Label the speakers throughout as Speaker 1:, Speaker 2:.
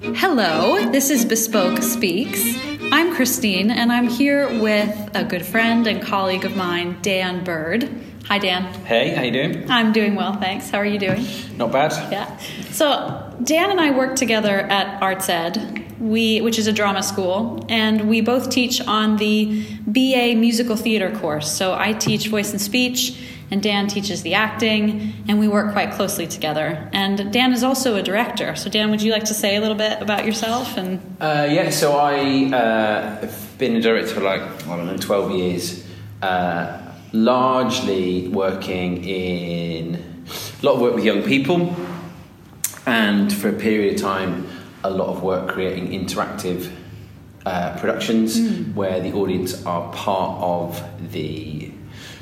Speaker 1: Hello, this is Bespoke Speaks. I'm Christine, and I'm here with a good friend and colleague of mine, Dan Bird. Hi, Dan.
Speaker 2: Hey, how you doing?
Speaker 1: I'm doing well, thanks. How are you doing?
Speaker 2: Not bad.
Speaker 1: Yeah. So Dan and I work together at Arts Ed, we, which is a drama school, and we both teach on the BA musical theater course. So I teach voice and speech, and Dan teaches the acting, and we work quite closely together. And Dan is also a director. So Dan, would you like to say a little bit about yourself? And
Speaker 2: Uh, yeah, so I uh, have been a director for like I don't know, twelve years. Uh, largely working in a lot of work with young people, and for a period of time, a lot of work creating interactive uh, productions where the audience are part of the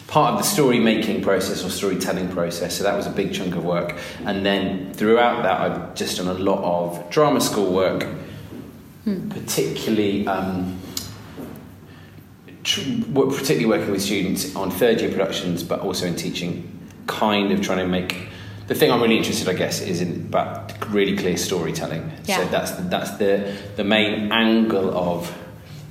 Speaker 2: part of the story making process or storytelling process. So that was a big chunk of work, and then throughout that, I've just done a lot of drama school work, particularly. Um, tr- wo- particularly working with students on third year productions, but also in teaching, kind of trying to make the thing I'm really interested, I guess, is in but really clear storytelling.
Speaker 1: Yeah.
Speaker 2: So that's that's the the main angle of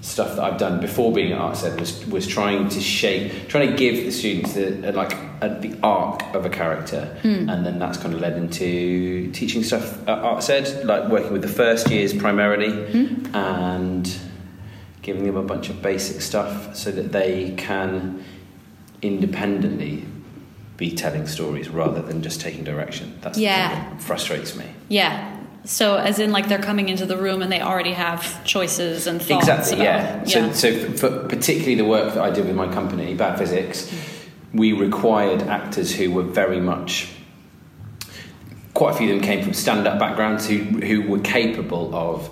Speaker 2: stuff that I've done before being at Arts Ed was was trying to shape, trying to give the students the uh, like uh the arc of a character, and then that's kind of led into teaching stuff at Arts Ed, like working with the first years primarily, and giving them a bunch of basic stuff so that they can independently be telling stories rather than just taking direction. That's the thing
Speaker 1: Yeah.
Speaker 2: that frustrates me.
Speaker 1: yeah. So as in like they're coming into the room and they already have choices and thoughts.
Speaker 2: exactly,
Speaker 1: about-
Speaker 2: yeah.
Speaker 1: yeah.
Speaker 2: So, so for particularly the work that I did with my company, Bad Physics, we required actors who were very much. Quite a few of them came from stand-up backgrounds who who were capable of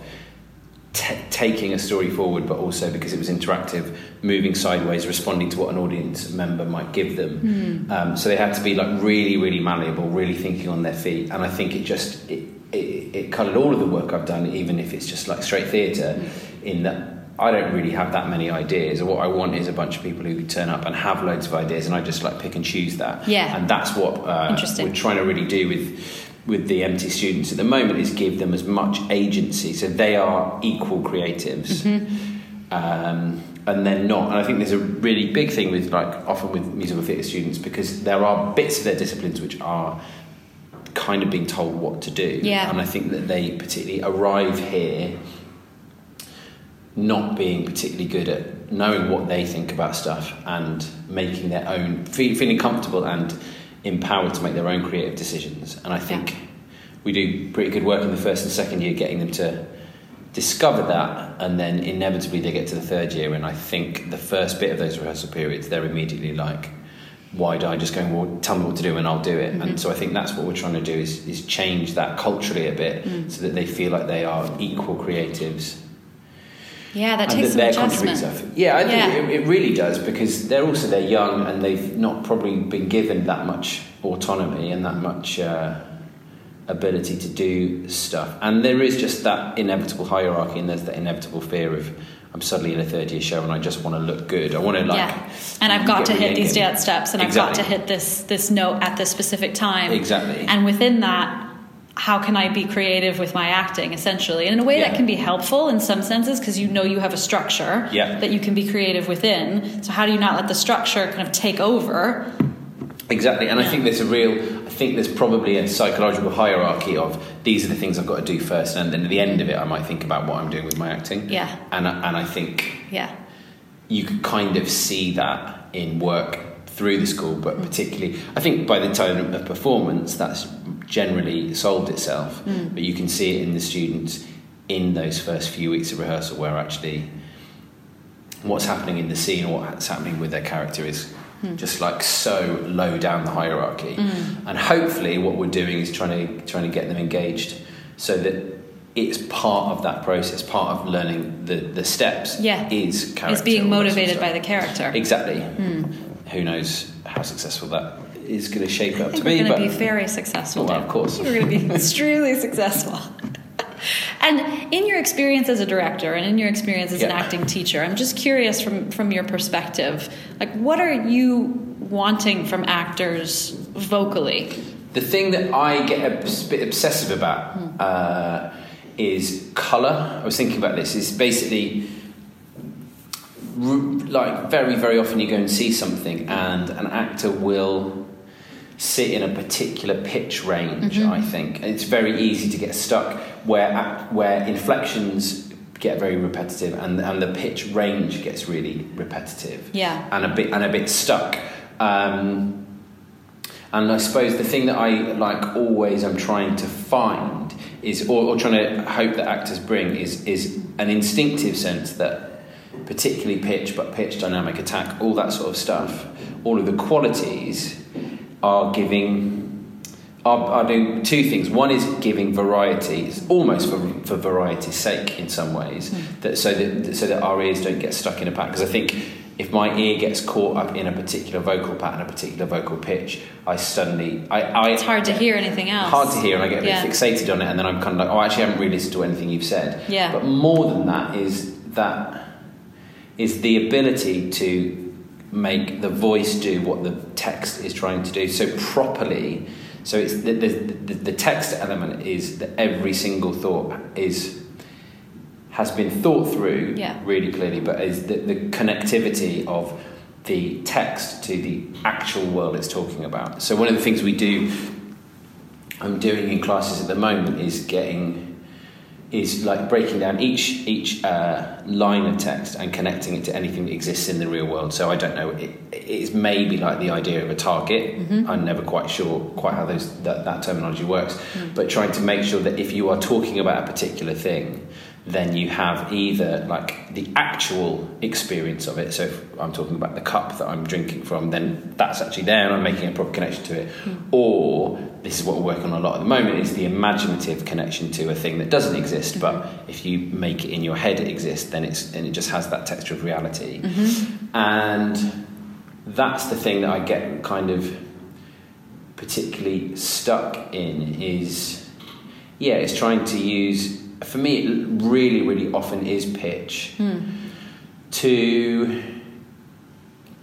Speaker 2: t- taking a story forward, but also because it was interactive, moving sideways, responding to what an audience member might give them. Um, so they had to be like really, really malleable, really thinking on their feet. And I think it just it, it, it coloured all of the work I've done, even if it's just like straight theatre, in that. I don't really have that many ideas. What I want is a bunch of people who turn up and have loads of ideas, and I just like pick and choose that.
Speaker 1: Yeah.
Speaker 2: and that's what uh,
Speaker 1: Interesting.
Speaker 2: we're trying to really do with with the empty students at the moment is give them as much agency so they are equal creatives
Speaker 1: Mm-hmm.
Speaker 2: um, and they're not and i think there's a really big thing with like often with musical theatre students because there are bits of their disciplines which are kind of being told what to do
Speaker 1: Yeah.
Speaker 2: and i think that they particularly arrive here not being particularly good at knowing what they think about stuff and making their own fe- feeling comfortable and empowered to make their own creative decisions and i think we do pretty good work in the first and second year getting them to discover that and then inevitably they get to the third year and i think the first bit of those rehearsal periods they're immediately like wide-eyed just going well tell me what to do and i'll do it and so i think that's what we're trying to do is, is change that culturally a bit so that they feel like they are equal creatives
Speaker 1: Yeah, that
Speaker 2: and
Speaker 1: takes some
Speaker 2: that they're
Speaker 1: adjustment.
Speaker 2: contributing stuff. Yeah, I think
Speaker 1: Yeah.
Speaker 2: It, it really does because they're also they're young and they've not probably been given that much autonomy and that much uh, ability to do stuff. And there is just that inevitable hierarchy and there's that inevitable fear of I'm suddenly in a third year show and I just want to look good. I want to like
Speaker 1: yeah, and I've got
Speaker 2: get
Speaker 1: to hit these
Speaker 2: really-
Speaker 1: dance steps, and I've got
Speaker 2: Exactly.
Speaker 1: to hit this this note at this specific time.
Speaker 2: Exactly.
Speaker 1: And within that, how can I be creative with my acting, essentially, and in a way that
Speaker 2: Yeah.
Speaker 1: can be helpful in some senses because you know you have a structure
Speaker 2: Yeah.
Speaker 1: that you can be creative within. So how do you not let the structure kind of take over?
Speaker 2: Exactly, and
Speaker 1: Yeah.
Speaker 2: I think there's a real. I think there's probably a psychological hierarchy of these are the things I've got to do first, and then at the end of it, I might think about what I'm doing with my acting.
Speaker 1: Yeah.
Speaker 2: and I- and I think
Speaker 1: Yeah,
Speaker 2: you could kind of see that in work through the school, but particularly, I think by the time of performance, that's generally solved itself. But you can see it in the students in those first few weeks of rehearsal, where actually what's happening in the scene or what's happening with their character is just like so low down the hierarchy. And hopefully, what we're doing is trying to trying to get them engaged so that it's part of that process, part of learning the, the steps.
Speaker 1: Yeah.
Speaker 2: is character
Speaker 1: is being
Speaker 2: all that sort of
Speaker 1: motivated
Speaker 2: stuff.
Speaker 1: by the Hmm. character.
Speaker 2: Exactly. Who knows how successful that is going to shape
Speaker 1: I
Speaker 2: up to
Speaker 1: think we're
Speaker 2: be?
Speaker 1: going
Speaker 2: But
Speaker 1: to be very successful.
Speaker 2: Oh, well,
Speaker 1: Dan.
Speaker 2: of course.
Speaker 1: I think We're going to be extremely successful. And in your experience as a director and in your experience as an
Speaker 2: Yeah.
Speaker 1: acting teacher, I'm just curious from, from your perspective, like what are you wanting from actors vocally?
Speaker 2: the thing that I get a bit obsessive about uh, is colour. I was thinking about this. It's basically like very very often you go and see something and an actor will sit in a particular pitch range
Speaker 1: Mhm.
Speaker 2: i think And it's very easy to get stuck where act- where inflections get very repetitive and and the pitch range gets really repetitive
Speaker 1: Yeah.
Speaker 2: and a bit and a bit stuck um, and I suppose the thing that I like always I'm trying to find is, or, or trying to hope that actors bring is, is an instinctive sense that particularly pitch, but pitch dynamic attack, all that sort of stuff, all of the qualities are giving, are, are doing two things. One is giving variety, it's almost for, for variety's sake in some ways, that, so, that, so that our ears don't get stuck in a pattern. Because I think if my ear gets caught up in a particular vocal pattern, a particular vocal pitch, I suddenly, I, I
Speaker 1: It's hard to hear anything else.
Speaker 2: hard to hear and I get a bit
Speaker 1: Yeah.
Speaker 2: fixated on it and then I'm kind of like, oh, actually, I haven't really listened to anything you've said.
Speaker 1: Yeah.
Speaker 2: But more than that is that is the ability to make the voice do what the text is trying to do so properly. So it's the, the, the, the text element is that every single thought is has been thought through
Speaker 1: Yeah.
Speaker 2: really clearly, but is the, the connectivity of the text to the actual world it's talking about. So one of the things we do I'm doing in classes at the moment is getting is like breaking down each each uh, line of text and connecting it to anything that exists in the real world. So I don't know. It, it's maybe like the idea of a target. I'm never quite sure quite how those that, that terminology works. But trying to make sure that if you are talking about a particular thing, then you have either like the actual experience of it. So if I'm talking about the cup that I'm drinking from, then that's actually there and I'm making a proper connection to it. Or this is what we're working on a lot at the moment is the imaginative connection to a thing that doesn't exist, but if you make it in your head exist, then it's and it just has that texture of reality. And that's the thing that I get kind of particularly stuck in is yeah, it's trying to use for me it really, really often is pitch
Speaker 1: Hmm.
Speaker 2: to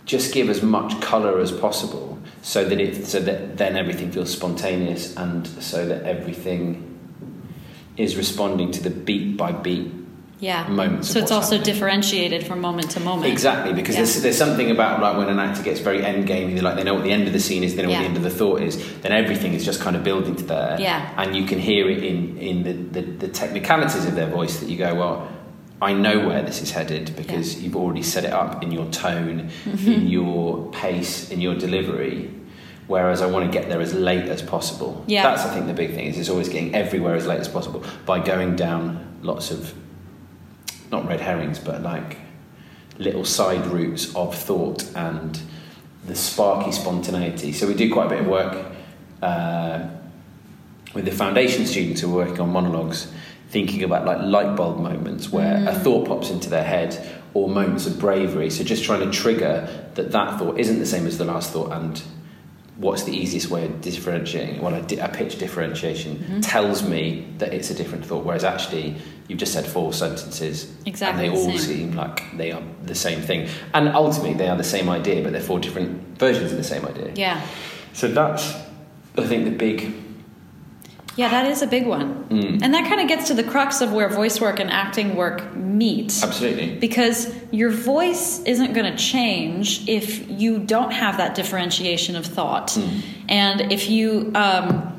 Speaker 2: just give as much colour as possible so that it so that then everything feels spontaneous and so that everything is responding to the beat by beat
Speaker 1: Yeah.
Speaker 2: moments.
Speaker 1: So
Speaker 2: of
Speaker 1: it's
Speaker 2: what's
Speaker 1: also
Speaker 2: happening.
Speaker 1: differentiated from moment to moment.
Speaker 2: Exactly, because
Speaker 1: Yeah.
Speaker 2: there's, there's something about like when an actor gets very endgamey, they're like they know what the end of the scene is, they know what
Speaker 1: Yeah.
Speaker 2: the end of the thought is, then everything is just kind of building to there.
Speaker 1: Yeah.
Speaker 2: And you can hear it in, in the, the, the technicalities of their voice that you go, well, I know where this is headed because you've already set it up in your tone, in your pace, in your delivery. Whereas I want to get there as late as possible.
Speaker 1: Yeah.
Speaker 2: That's I think the big thing is it's always getting everywhere as late as possible by going down lots of not red herrings, but like little side routes of thought and the sparky spontaneity. So we do quite a bit of work uh, with the foundation students who are working on monologues, thinking about like light bulb moments where a thought pops into their head or moments of bravery. So just trying to trigger that that thought isn't the same as the last thought and what's the easiest way of differentiating? Well, a, di- a pitch differentiation
Speaker 1: Mm-hmm.
Speaker 2: tells me that it's a different thought, whereas actually you've just said four sentences
Speaker 1: Exactly
Speaker 2: and
Speaker 1: the
Speaker 2: they all
Speaker 1: same.
Speaker 2: seem like they are the same thing. And ultimately, they are the same idea, but they're four different versions of the same idea.
Speaker 1: Yeah.
Speaker 2: So that's, I think, the big.
Speaker 1: Yeah, that is a big one.
Speaker 2: Mm,
Speaker 1: And that kind of gets to the crux of where voice work and acting work meet.
Speaker 2: absolutely.
Speaker 1: Because your voice isn't going to change if you don't have that differentiation of thought.
Speaker 2: Hmm.
Speaker 1: And if you, um,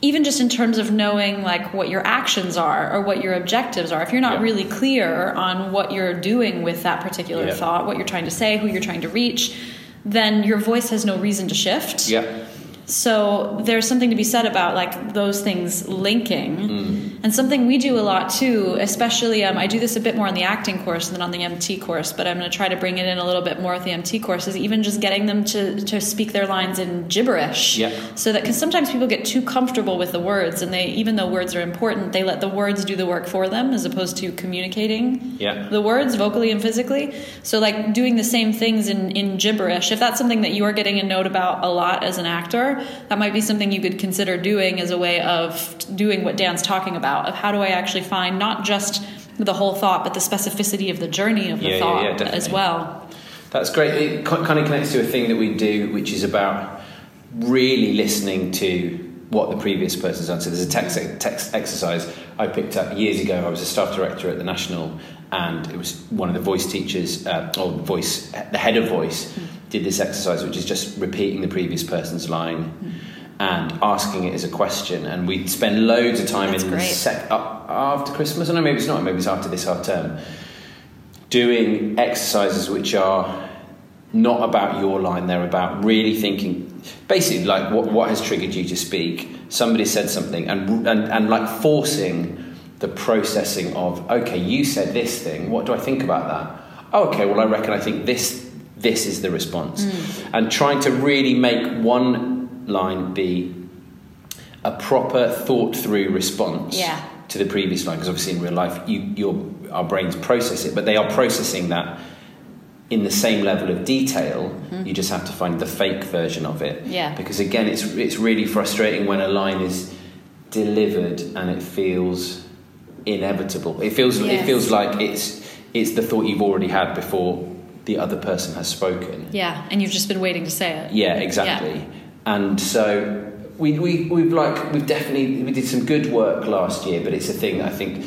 Speaker 1: even just in terms of knowing like what your actions are or what your objectives are, if you're not
Speaker 2: Yeah.
Speaker 1: really clear on what you're doing with that particular
Speaker 2: Yeah.
Speaker 1: thought, what you're trying to say, who you're trying to reach, then your voice has no reason to shift.
Speaker 2: Yeah.
Speaker 1: So there's something to be said about like those things linking, and something we do a lot too. Especially, um, I do this a bit more on the acting course than on the MT course, but I'm going to try to bring it in a little bit more with the MT course. Is even just getting them to to speak their lines in gibberish,
Speaker 2: Yeah.
Speaker 1: So that because sometimes people get too comfortable with the words, and they even though words are important, they let the words do the work for them as opposed to communicating
Speaker 2: Yeah.
Speaker 1: the words vocally and physically. So like doing the same things in, in gibberish. If that's something that you are getting a note about a lot as an actor, that might be something you could consider doing as a way of doing what Dan's talking about of how do I actually find not just the whole thought, but the specificity of the journey of the
Speaker 2: Yeah, yeah,
Speaker 1: thought
Speaker 2: yeah,
Speaker 1: as
Speaker 2: definitely.
Speaker 1: well.
Speaker 2: That's great. It kind of connects to a thing that we do, which is about really listening to what the previous person's done. So there's a text, text exercise I picked up years ago. I was a staff director at the National, and it was one of the voice teachers, uh, or voice, the head of voice, did this exercise, which is just repeating the previous person's line. And asking it as a question, and we'd spend loads of time
Speaker 1: That's
Speaker 2: in
Speaker 1: great.
Speaker 2: sec- up after Christmas. I know maybe it's not, maybe it's after this half term, doing exercises which are not about your line, they're about really thinking basically like what, what has triggered you to speak. Somebody said something and, and, and like forcing the processing of, okay, you said this thing, what do I think about that? Oh, okay, well, I reckon I think this, this is the response. And trying to really make one line be a proper thought through response
Speaker 1: Yeah.
Speaker 2: to the previous line because obviously in real life you, your, our brains process it but they are processing that in the same level of detail you just have to find the fake version of it
Speaker 1: Mm-hmm. Yeah.
Speaker 2: because again it's, it's really frustrating when a line is delivered and it feels inevitable it feels, it
Speaker 1: Yes.
Speaker 2: feels like it's, it's the thought you've already had before the other person has spoken
Speaker 1: Yeah, and you've just been waiting to say it.
Speaker 2: yeah, exactly. And so we, we, we've like we've definitely we did some good work last year, but it's a thing that I think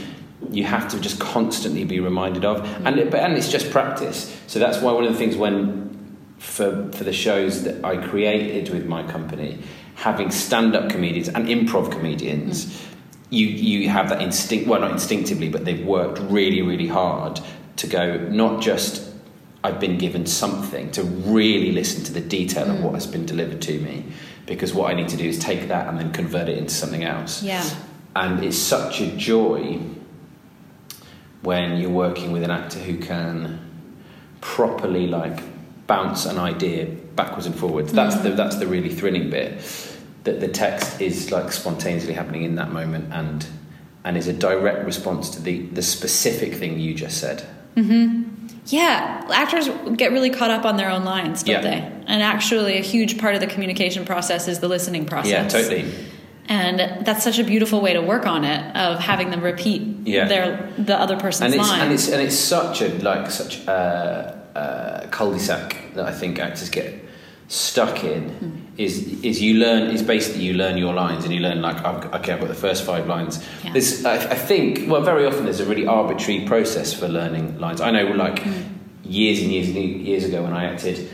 Speaker 2: you have to just constantly be reminded of, and it, but and it's just practice. So that's why one of the things when for for the shows that I created with my company, having stand up comedians and improv comedians. You, you have that instinct well not instinctively but they've worked really really hard to go not just I've been given something to really listen to the detail of what has been delivered to me because what I need to do is take that and then convert it into something else.
Speaker 1: Yeah.
Speaker 2: And it's such a joy when you're working with an actor who can properly like bounce an idea backwards and forwards. That's the that's the really thrilling bit that the text is like spontaneously happening in that moment and and is a direct response to the the specific thing you just said.
Speaker 1: Yeah, actors get really caught up on their own lines, don't
Speaker 2: Yeah.
Speaker 1: they? And actually, a huge part of the communication process is the listening process.
Speaker 2: Yeah, totally.
Speaker 1: And that's such a beautiful way to work on it of having them repeat
Speaker 2: Yeah.
Speaker 1: their the other person's
Speaker 2: and it's,
Speaker 1: line.
Speaker 2: And it's and it's such a like such a, a cul-de-sac that I think actors get stuck in.
Speaker 1: Hmm.
Speaker 2: Is is you learn is basically you learn your lines and you learn like I've, okay I've got the first five lines.
Speaker 1: Yeah.
Speaker 2: There's I, I think well very often there's a really arbitrary process for learning lines. I know like
Speaker 1: Hmm.
Speaker 2: years and years and years ago when I acted.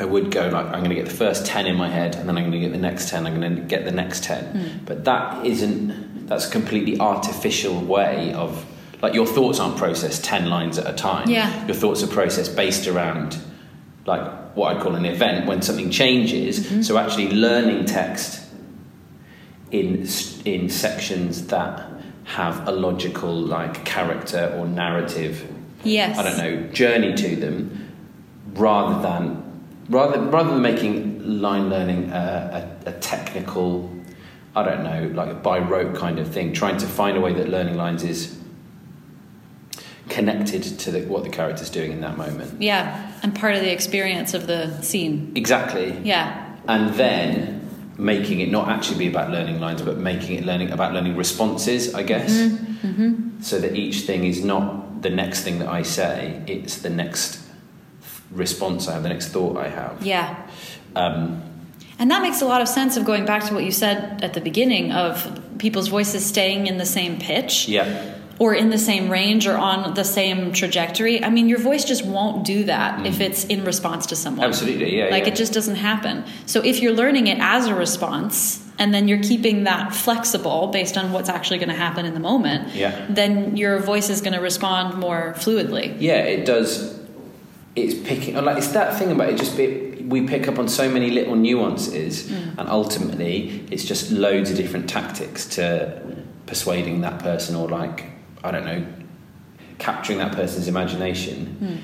Speaker 2: I would go like I'm going to get the first ten in my head, and then I'm going to get the next ten. I'm going to get the next ten. But that isn't. That's a completely artificial way of like your thoughts aren't processed ten lines at a time.
Speaker 1: Yeah.
Speaker 2: Your thoughts are processed based around like what I call an event when something changes. So actually, learning text in s- in sections that have a logical like character or narrative
Speaker 1: yes.
Speaker 2: I don't know, journey to them, rather than rather rather than making line learning a, a, a technical, I don't know, like a by rote kind of thing. Trying to find a way that learning lines is connected to the, what the character's doing in that moment.
Speaker 1: Yeah, and part of the experience of the scene.
Speaker 2: Exactly,
Speaker 1: Yeah.
Speaker 2: and then making it not actually be about learning lines, but making it learning about learning responses, I guess.
Speaker 1: Mm-hmm,
Speaker 2: So that each thing is not the next thing that I say; it's the next response I have, the next thought I have.
Speaker 1: Yeah.
Speaker 2: Um,
Speaker 1: And that makes a lot of sense of going back to what you said at the beginning of people's voices staying in the same pitch
Speaker 2: yeah,
Speaker 1: or in the same range or on the same trajectory. I mean, your voice just won't do that if it's in response to someone.
Speaker 2: Mm. absolutely, yeah.
Speaker 1: Like
Speaker 2: yeah.
Speaker 1: it just doesn't happen. So if you're learning it as a response and then you're keeping that flexible based on what's actually going to happen in the moment,
Speaker 2: Yeah.
Speaker 1: then your voice is going to respond more fluidly.
Speaker 2: yeah, it does. It's picking like it's that thing about it. Just be, we pick up on so many little nuances,
Speaker 1: Mm.
Speaker 2: and ultimately, it's just loads of different tactics to persuading that person, or like I don't know, capturing that person's imagination,
Speaker 1: Mm.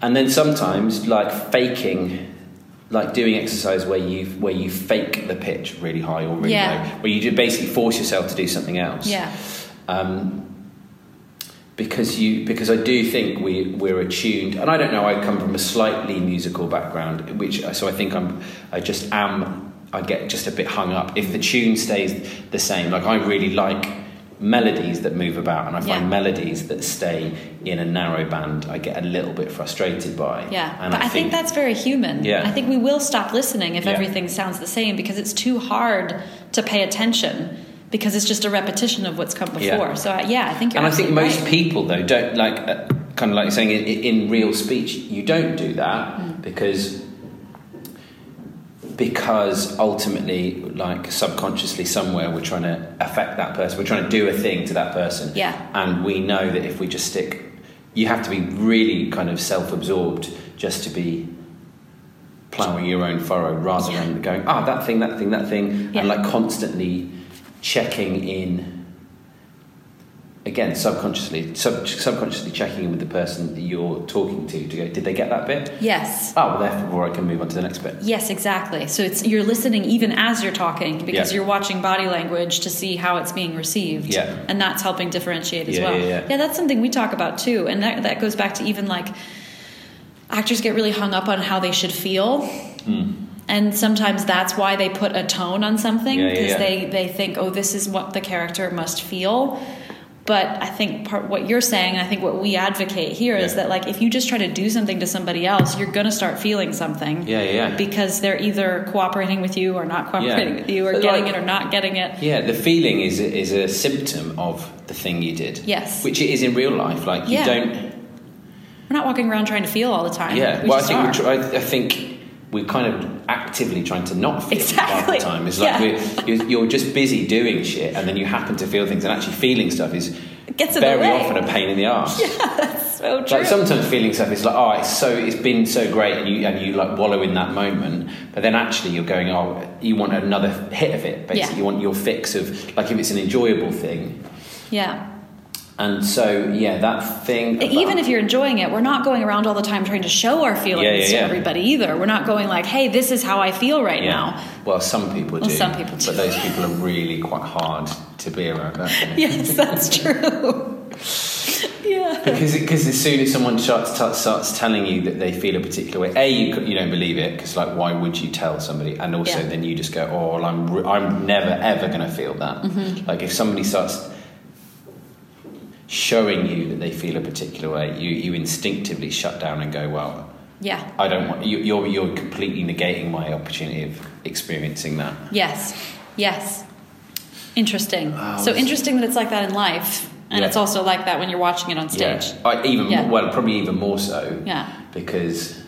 Speaker 2: and then sometimes like faking. Like doing exercise where you where you fake the pitch really high or really
Speaker 1: Yeah.
Speaker 2: low, where you just basically force yourself to do something else
Speaker 1: Yeah.
Speaker 2: um, because you because I do think we we're attuned, and I don't know. I come from a slightly musical background, which so I think I'm I just am I get just a bit hung up if the tune stays the same. Like I really like melodies that move about, and I find
Speaker 1: Yeah.
Speaker 2: melodies that stay in a narrow band, I get a little bit frustrated by.
Speaker 1: Yeah,
Speaker 2: and
Speaker 1: but I, think, that's very human.
Speaker 2: Yeah.
Speaker 1: I think we will stop listening if
Speaker 2: Yeah.
Speaker 1: everything sounds the same because it's too hard to pay attention because it's just a repetition of what's come before.
Speaker 2: Yeah.
Speaker 1: So I, yeah, I think you're
Speaker 2: and I think
Speaker 1: absolutely
Speaker 2: most
Speaker 1: right.
Speaker 2: people though don't like uh, kind of like saying in, in real speech you don't do that
Speaker 1: Mm.
Speaker 2: because because ultimately like subconsciously somewhere we're trying to affect that person we're trying to do a thing to that person
Speaker 1: Yeah.
Speaker 2: and we know that if we just stick you have to be really kind of self-absorbed just to be ploughing your own furrow rather than going ah that thing that thing that thing
Speaker 1: Yeah.
Speaker 2: and like constantly checking in again subconsciously sub- subconsciously checking in with the person that you're talking to to go did they get that bit
Speaker 1: Yes.
Speaker 2: oh well therefore i can move on to the next bit
Speaker 1: Yes, exactly. So it's you're listening even as you're talking because
Speaker 2: Yeah.
Speaker 1: you're watching body language to see how it's being received.
Speaker 2: Yeah.
Speaker 1: And that's helping differentiate as
Speaker 2: Yeah,
Speaker 1: well.
Speaker 2: yeah, yeah.
Speaker 1: that's something we talk about too. And that, that goes back to even like actors get really hung up on how they should feel.
Speaker 2: Hmm.
Speaker 1: And sometimes that's why they put a tone on something
Speaker 2: Yeah, yeah,
Speaker 1: because
Speaker 2: yeah.
Speaker 1: they, they think, oh, this is what the character must feel. But I think part what you're saying, and I think what we advocate here is
Speaker 2: Yeah.
Speaker 1: that like if you just try to do something to somebody else, you're gonna start feeling something
Speaker 2: yeah yeah yeah
Speaker 1: because they're either cooperating with you or not cooperating
Speaker 2: Yeah.
Speaker 1: with you or
Speaker 2: But
Speaker 1: getting
Speaker 2: like-
Speaker 1: it or not getting it.
Speaker 2: yeah the feeling is is a symptom of the thing you did
Speaker 1: Yes.
Speaker 2: which it is in real life like you
Speaker 1: Yeah.
Speaker 2: don't
Speaker 1: We're not walking around trying to feel all the time.
Speaker 2: Yeah,
Speaker 1: We
Speaker 2: well, I
Speaker 1: just
Speaker 2: think we're
Speaker 1: are.
Speaker 2: tr- I, I think we're kind of actively trying to not feel half the
Speaker 1: Exactly.
Speaker 2: time. It's like
Speaker 1: Yeah.
Speaker 2: we're, you're, you're just busy doing shit, and then you happen to feel things, and actually feeling stuff is
Speaker 1: It gets in the
Speaker 2: very
Speaker 1: way.
Speaker 2: often a pain in the ass.
Speaker 1: so true.
Speaker 2: Like sometimes feeling stuff is like, oh, it's so it's been so great, and you and you like wallow in that moment, but then actually you're going, oh, you want another hit of it. Basically,
Speaker 1: Yeah.
Speaker 2: you want your fix of like if it's an enjoyable thing,
Speaker 1: yeah.
Speaker 2: and so yeah, that thing. about-
Speaker 1: Even if you're enjoying it, we're not going around all the time trying to show our feelings
Speaker 2: Yeah, yeah,
Speaker 1: to
Speaker 2: yeah.
Speaker 1: everybody either. We're not going like, hey, this is how I feel right now.
Speaker 2: Well, some people
Speaker 1: Well,
Speaker 2: do.
Speaker 1: some people do.
Speaker 2: But those people are really quite hard to be around. aren't they?
Speaker 1: Yes, that's true. yeah.
Speaker 2: Because because as soon as someone starts, starts, starts telling you that they feel a particular way, a you, c- you don't believe it because like why would you tell somebody? And also
Speaker 1: Yeah.
Speaker 2: then you just go, oh, well, I'm re- I'm never ever going to feel that.
Speaker 1: Mm-hmm.
Speaker 2: Like if somebody starts showing you that they feel a particular way, you you instinctively shut down and go, well,
Speaker 1: Yeah.
Speaker 2: I don't want you, you're you're completely negating my opportunity of experiencing that.
Speaker 1: Yes. Yes. Interesting.
Speaker 2: Wow,
Speaker 1: so
Speaker 2: that's-
Speaker 1: interesting that it's like that in life, and
Speaker 2: Yeah.
Speaker 1: it's also like that when you're watching it on stage.
Speaker 2: Yeah. I, even
Speaker 1: Yeah.
Speaker 2: well, probably even more so
Speaker 1: Yeah.
Speaker 2: because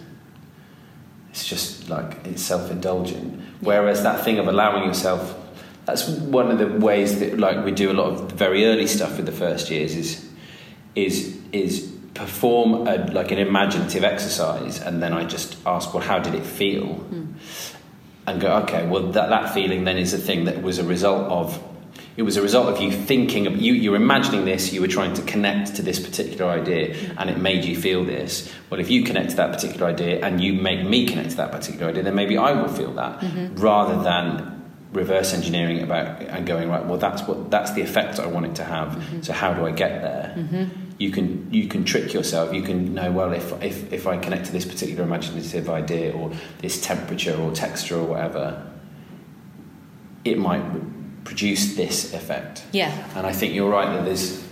Speaker 2: it's just like it's self-indulgent. Whereas that thing of allowing yourself, that's one of the ways that like we do a lot of very early stuff with the first years is is is perform a, like an imaginative exercise, and then I just ask, well, how did it feel? and go, okay, well, that, that feeling then is a thing that was a result of, it was a result of you thinking, of, you, you were imagining this, you were trying to connect to this particular idea, and it made you feel this. Well, if you connect to that particular idea and you make me connect to that particular idea, then maybe I will feel that, rather than reverse engineering it about and going right well that's what that's the effect i want it to have so how do i get there you can you can trick yourself you can know well if, if if i connect to this particular imaginative idea or this temperature or texture or whatever it might produce this effect
Speaker 1: Yeah.
Speaker 2: and i think you're right that there's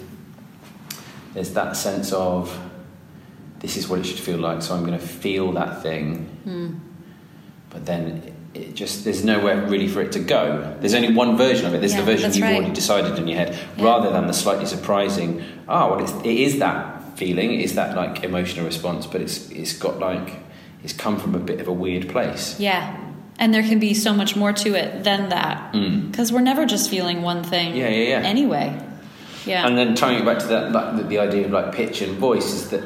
Speaker 2: there's that sense of this is what it should feel like so i'm going to feel that thing
Speaker 1: Hmm.
Speaker 2: but then it just there's nowhere really for it to go. There's only one version of it. There's
Speaker 1: Yeah,
Speaker 2: the version
Speaker 1: that's
Speaker 2: you've
Speaker 1: right.
Speaker 2: already decided in your head,
Speaker 1: Yeah.
Speaker 2: rather than the slightly surprising. Ah, well, it's, it is that feeling. It is that like emotional response, but it's it's got like it's come from a bit of a weird place.
Speaker 1: Yeah. And there can be so much more to it than that. Because we're never just feeling one thing
Speaker 2: Mm. Yeah, yeah, yeah.
Speaker 1: anyway. Yeah.
Speaker 2: And then tying it back to that, like, the, the idea of like pitch and voice is that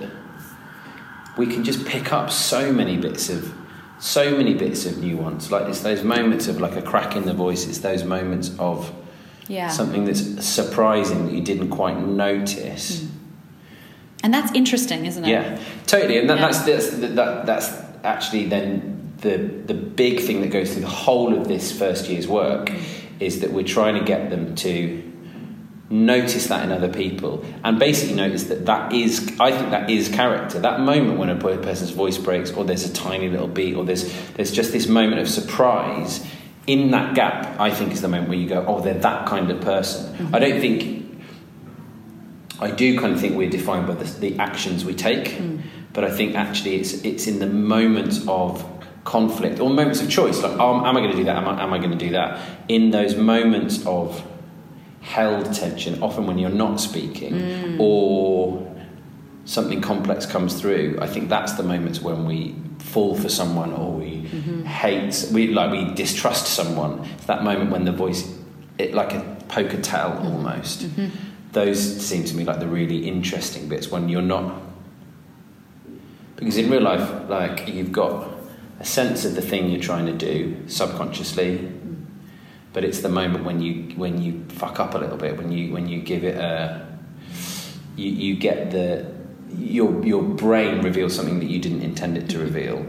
Speaker 2: we can just pick up so many bits of so many bits of nuance. Like it's those moments of like a crack in the voice. It's those moments of
Speaker 1: yeah.
Speaker 2: something that's surprising that you didn't quite notice.
Speaker 1: and that's interesting, isn't it?
Speaker 2: Yeah, totally. And that,
Speaker 1: Yeah.
Speaker 2: that's, that's that, that's actually then the the big thing that goes through the whole of this first year's work is that we're trying to get them to notice that in other people and basically notice that that is i think that is character that moment when a per- person's voice breaks or there's a tiny little beat or there's there's just this moment of surprise
Speaker 1: Mm-hmm.
Speaker 2: in that gap i think is the moment where you go oh they're that kind of person i don't think I do kind of think we're defined by the, the actions we take, but I think actually it's it's in the moments of conflict or moments of choice. Like, um, am I going to do that? Am I, am I going to do that? In those moments of held tension, often when you're not speaking or something complex comes through, I think that's the moments when we fall for someone or we hate, we like we distrust someone. It's that moment when the voice, it like a poker tell almost. Those seem to me like the really interesting bits when you're not because in real life, like you've got a sense of the thing you're trying to do subconsciously, but it's the moment when you when you fuck up a little bit, when you when you give it a you, you get the your your brain reveals something that you didn't intend it to reveal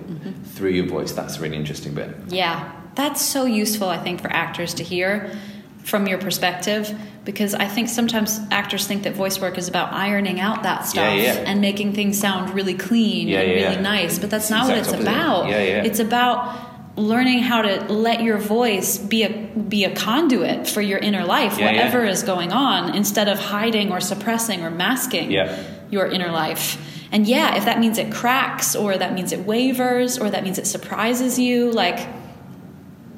Speaker 2: through your voice. That's a really interesting bit.
Speaker 1: Yeah, that's so useful, I think, for actors to hear from your perspective because I think sometimes actors think that voice work is about ironing out that stuff
Speaker 2: yeah.
Speaker 1: and making things sound really clean
Speaker 2: Yeah,
Speaker 1: and
Speaker 2: yeah,
Speaker 1: really
Speaker 2: yeah.
Speaker 1: nice, but that's not what it's
Speaker 2: Exact opposite.
Speaker 1: about.
Speaker 2: Yeah, yeah.
Speaker 1: It's about learning how to let your voice be a be a conduit for your inner life,
Speaker 2: Yeah, yeah.
Speaker 1: whatever is going on, instead of hiding or suppressing or masking
Speaker 2: Yeah.
Speaker 1: your inner life. And yeah, if that means it cracks or that means it wavers or that means it surprises you, like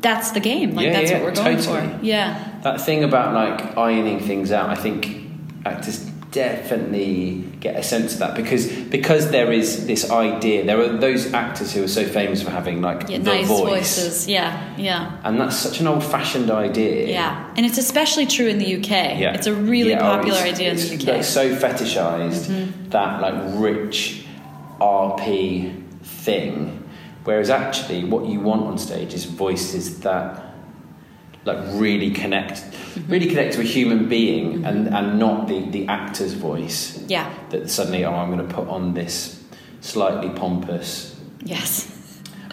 Speaker 1: that's the game. Like
Speaker 2: Yeah,
Speaker 1: that's
Speaker 2: yeah,
Speaker 1: what we're going
Speaker 2: totally.
Speaker 1: for. Yeah.
Speaker 2: That thing about like ironing things out, I think actors definitely get a sense of that because because there is this idea. There are those actors who are so famous for having like
Speaker 1: Yeah,
Speaker 2: the
Speaker 1: nice
Speaker 2: voice,
Speaker 1: voices. Yeah, yeah,
Speaker 2: and that's such an old-fashioned idea.
Speaker 1: yeah. And it's especially true in the UK.
Speaker 2: Yeah.
Speaker 1: It's a really
Speaker 2: Yeah, oh,
Speaker 1: popular
Speaker 2: it's-
Speaker 1: idea in
Speaker 2: it's,
Speaker 1: the Mm-hmm. UK.
Speaker 2: Like, so fetishized that like rich RP thing, whereas actually what you want on stage is voices that like really connect,
Speaker 1: Mm-hmm.
Speaker 2: really connect to a human being and and not the the actor's voice
Speaker 1: yeah.
Speaker 2: that suddenly oh I'm going to put on this slightly pompous
Speaker 1: Yes.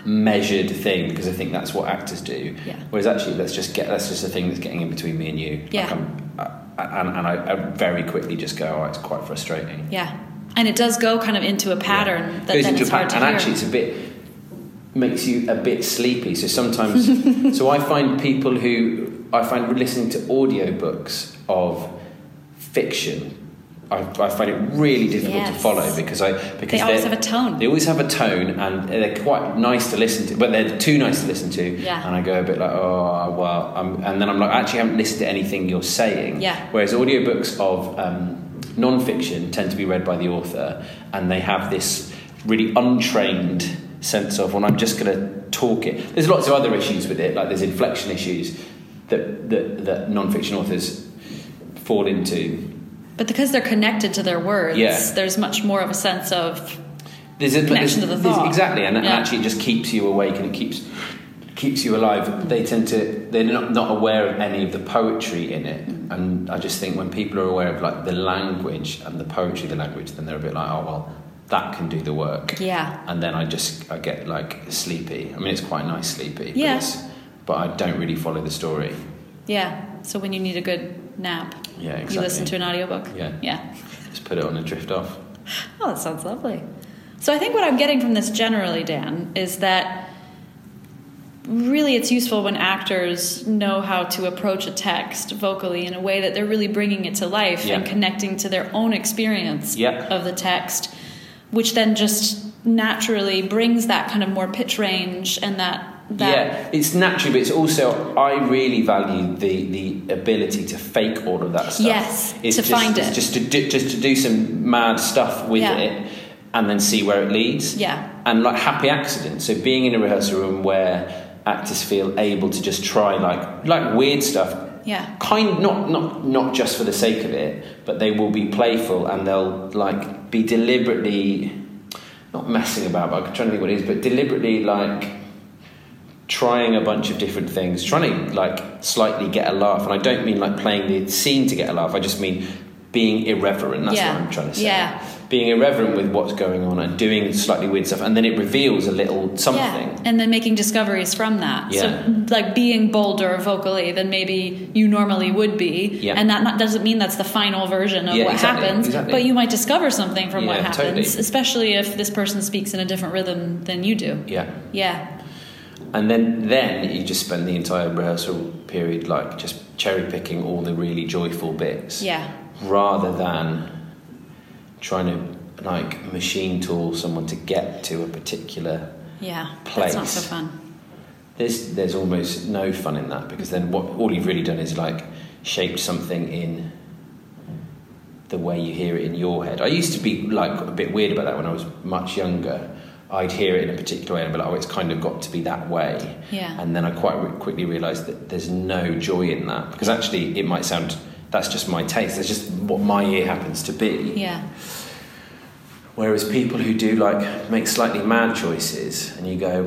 Speaker 2: measured thing because I think that's what actors do.
Speaker 1: Yeah.
Speaker 2: Whereas actually, let's just get that's just a thing that's getting in between me and you. Like,
Speaker 1: Yeah.
Speaker 2: I'm- I- I- and and I, I very quickly just go, oh, it's quite frustrating.
Speaker 1: Yeah. And it does go kind of into a pattern
Speaker 2: Yeah.
Speaker 1: that
Speaker 2: Goes
Speaker 1: then
Speaker 2: into
Speaker 1: it's
Speaker 2: a pattern,
Speaker 1: hard to
Speaker 2: and
Speaker 1: hear.
Speaker 2: actually, it's a bit makes you a bit sleepy. So sometimes, so I find people who I find listening to audiobooks of fiction. I, I find it really difficult to
Speaker 1: Yes.
Speaker 2: follow because I
Speaker 1: they
Speaker 2: because
Speaker 1: always
Speaker 2: they're-
Speaker 1: have a tone.
Speaker 2: they always have a tone and they're quite nice to listen to, but they're too nice to listen to.
Speaker 1: Yeah.
Speaker 2: And I go a bit like, oh, well, I'm, and then I'm like, I actually haven't listened to anything you're saying.
Speaker 1: Yeah.
Speaker 2: Whereas audiobooks of um, non fiction tend to be read by the author and they have this really untrained sense of, well, I'm just going to talk it. There's lots of other issues with it, like there's inflection issues that, that, that non fiction authors fall into.
Speaker 1: but because they're connected to their words,
Speaker 2: Yeah.
Speaker 1: there's much more of a sense of
Speaker 2: there's a but
Speaker 1: Connection
Speaker 2: there's-
Speaker 1: to the
Speaker 2: there's-
Speaker 1: thought.
Speaker 2: Exactly, and, and
Speaker 1: Yeah.
Speaker 2: actually, it just keeps you awake and it keeps keeps you alive. They tend to they're not, not aware of any of the poetry in it, and I just think when people are aware of like the language and the poetry, of the language, then they're a bit like, oh well, that can do the work.
Speaker 1: yeah.
Speaker 2: And then I just I get like sleepy. I mean, it's quite nice sleepy. but
Speaker 1: Yeah.
Speaker 2: it's- But I don't really follow the story.
Speaker 1: Yeah. So when you need a good nap,
Speaker 2: Yeah, exactly.
Speaker 1: you listen to an audiobook.
Speaker 2: Yeah.
Speaker 1: Yeah.
Speaker 2: Just put it on and drift off.
Speaker 1: Oh, that sounds lovely. So I think what I'm getting from this generally, Dan, is that really it's useful when actors know how to approach a text vocally in a way that they're really bringing it to life
Speaker 2: Yeah.
Speaker 1: and connecting to their own experience
Speaker 2: Yeah.
Speaker 1: of the text, which then just naturally brings that kind of more pitch range and that that
Speaker 2: Yeah, it's natural, but it's also I really value the the ability to fake all of that stuff.
Speaker 1: Yes,
Speaker 2: it's
Speaker 1: to
Speaker 2: just,
Speaker 1: find
Speaker 2: it's
Speaker 1: it.
Speaker 2: just to do, just to do some mad stuff with
Speaker 1: Yeah.
Speaker 2: it, and then see where it leads.
Speaker 1: Yeah.
Speaker 2: and like happy accidents. So being in a rehearsal room where actors feel able to just try like like weird stuff
Speaker 1: yeah.
Speaker 2: kind not not not just for the sake of it but they will be playful and they'll like be deliberately not messing about but i'm trying to think what it is but deliberately like trying a bunch of different things trying to like slightly get a laugh and i don't mean like playing the scene to get a laugh i just mean being irreverent that's
Speaker 1: Yeah.
Speaker 2: what i'm trying to say
Speaker 1: Yeah.
Speaker 2: being irreverent with what's going on and doing slightly weird stuff and then it reveals a little something
Speaker 1: Yeah, and then making discoveries from that.
Speaker 2: Yeah.
Speaker 1: So, like being bolder vocally than maybe you normally would be.
Speaker 2: Yeah.
Speaker 1: And that not, doesn't mean that's the final version of
Speaker 2: Yeah,
Speaker 1: what
Speaker 2: exactly,
Speaker 1: happens,
Speaker 2: exactly.
Speaker 1: but you might discover something from what
Speaker 2: Yeah,
Speaker 1: happens,
Speaker 2: totally.
Speaker 1: especially if this person speaks in a different rhythm than you do.
Speaker 2: yeah.
Speaker 1: Yeah.
Speaker 2: And then, then you just spend the entire rehearsal period like just cherry picking all the really joyful bits,
Speaker 1: Yeah.
Speaker 2: rather than trying to like machine tool someone to get to a particular
Speaker 1: Yeah. That's
Speaker 2: Place.
Speaker 1: not so fun.
Speaker 2: there's there's almost no fun in that because then what all you've really done is like shaped something in the way you hear it in your head. I used to be like a bit weird about that when I was much younger. I'd hear it in a particular way and be like, oh, it's kind of got to be that way.
Speaker 1: Yeah.
Speaker 2: And then I quite re- quickly realised that there's no joy in that because actually it might sound that's just my taste. That's just what my ear happens to be.
Speaker 1: Yeah.
Speaker 2: Whereas people who do like make slightly mad choices and you go,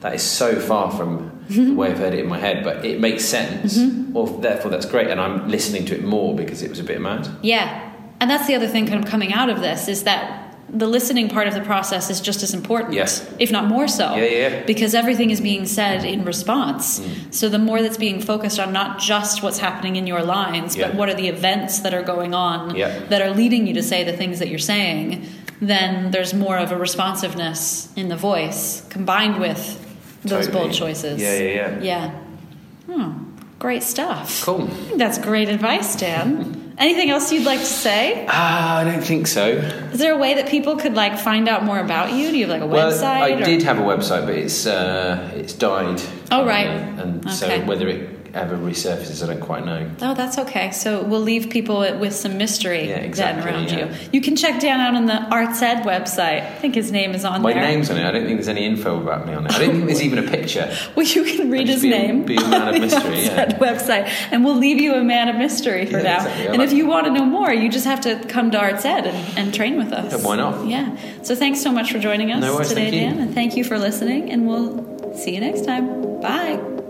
Speaker 2: that is so far from the way I've heard it in my head, but it makes sense. Well, therefore, that's great. And I'm listening to it more because it was a bit mad.
Speaker 1: Yeah. And that's the other thing kind of coming out of this is that the listening part of the process is just as important,
Speaker 2: Yes.
Speaker 1: if not more so.
Speaker 2: Yeah, yeah, yeah.
Speaker 1: Because everything is being said in response.
Speaker 2: Mm.
Speaker 1: So the more that's being focused on not just what's happening in your lines, but
Speaker 2: Yeah.
Speaker 1: what are the events that are going on
Speaker 2: Yeah.
Speaker 1: that are leading you to say the things that you're saying, then there's more of a responsiveness in the voice combined with those
Speaker 2: Totally.
Speaker 1: bold choices.
Speaker 2: Yeah, yeah, yeah.
Speaker 1: Yeah. Hmm. Great stuff.
Speaker 2: Cool.
Speaker 1: I think that's great advice, Dan. Anything else you'd like to say?
Speaker 2: Ah, I don't think so.
Speaker 1: Is there a way that people could like find out more about you? Do you have like a
Speaker 2: well,
Speaker 1: website?
Speaker 2: I
Speaker 1: or-
Speaker 2: did have a website, but it's uh, it's died.
Speaker 1: Oh, right.
Speaker 2: Uh, and so
Speaker 1: Okay.
Speaker 2: whether it ever resurfaces, I don't quite know.
Speaker 1: Oh, that's okay. So we'll leave people with some mystery
Speaker 2: Yeah, exactly,
Speaker 1: then around
Speaker 2: yeah.
Speaker 1: you. You can check Dan out on the Arts Ed website. I think his name is on
Speaker 2: My
Speaker 1: there.
Speaker 2: name's on it. I don't think there's any info about me on it. I don't think there's even a picture.
Speaker 1: Well, you can read
Speaker 2: Just
Speaker 1: his
Speaker 2: be a-
Speaker 1: name
Speaker 2: be a man
Speaker 1: on
Speaker 2: of
Speaker 1: the
Speaker 2: mystery,
Speaker 1: Arts
Speaker 2: yeah.
Speaker 1: Ed website, and we'll leave you a man of mystery for
Speaker 2: Yeah,
Speaker 1: now.
Speaker 2: exactly. I
Speaker 1: And
Speaker 2: like
Speaker 1: if you want to know more, you just have to come to Arts Ed and, and train with us.
Speaker 2: Yeah, why not?
Speaker 1: Yeah. So thanks so much for joining us
Speaker 2: No worries,
Speaker 1: today,
Speaker 2: thank you.
Speaker 1: Dan, and thank you for listening. And we'll see you next time. Bye.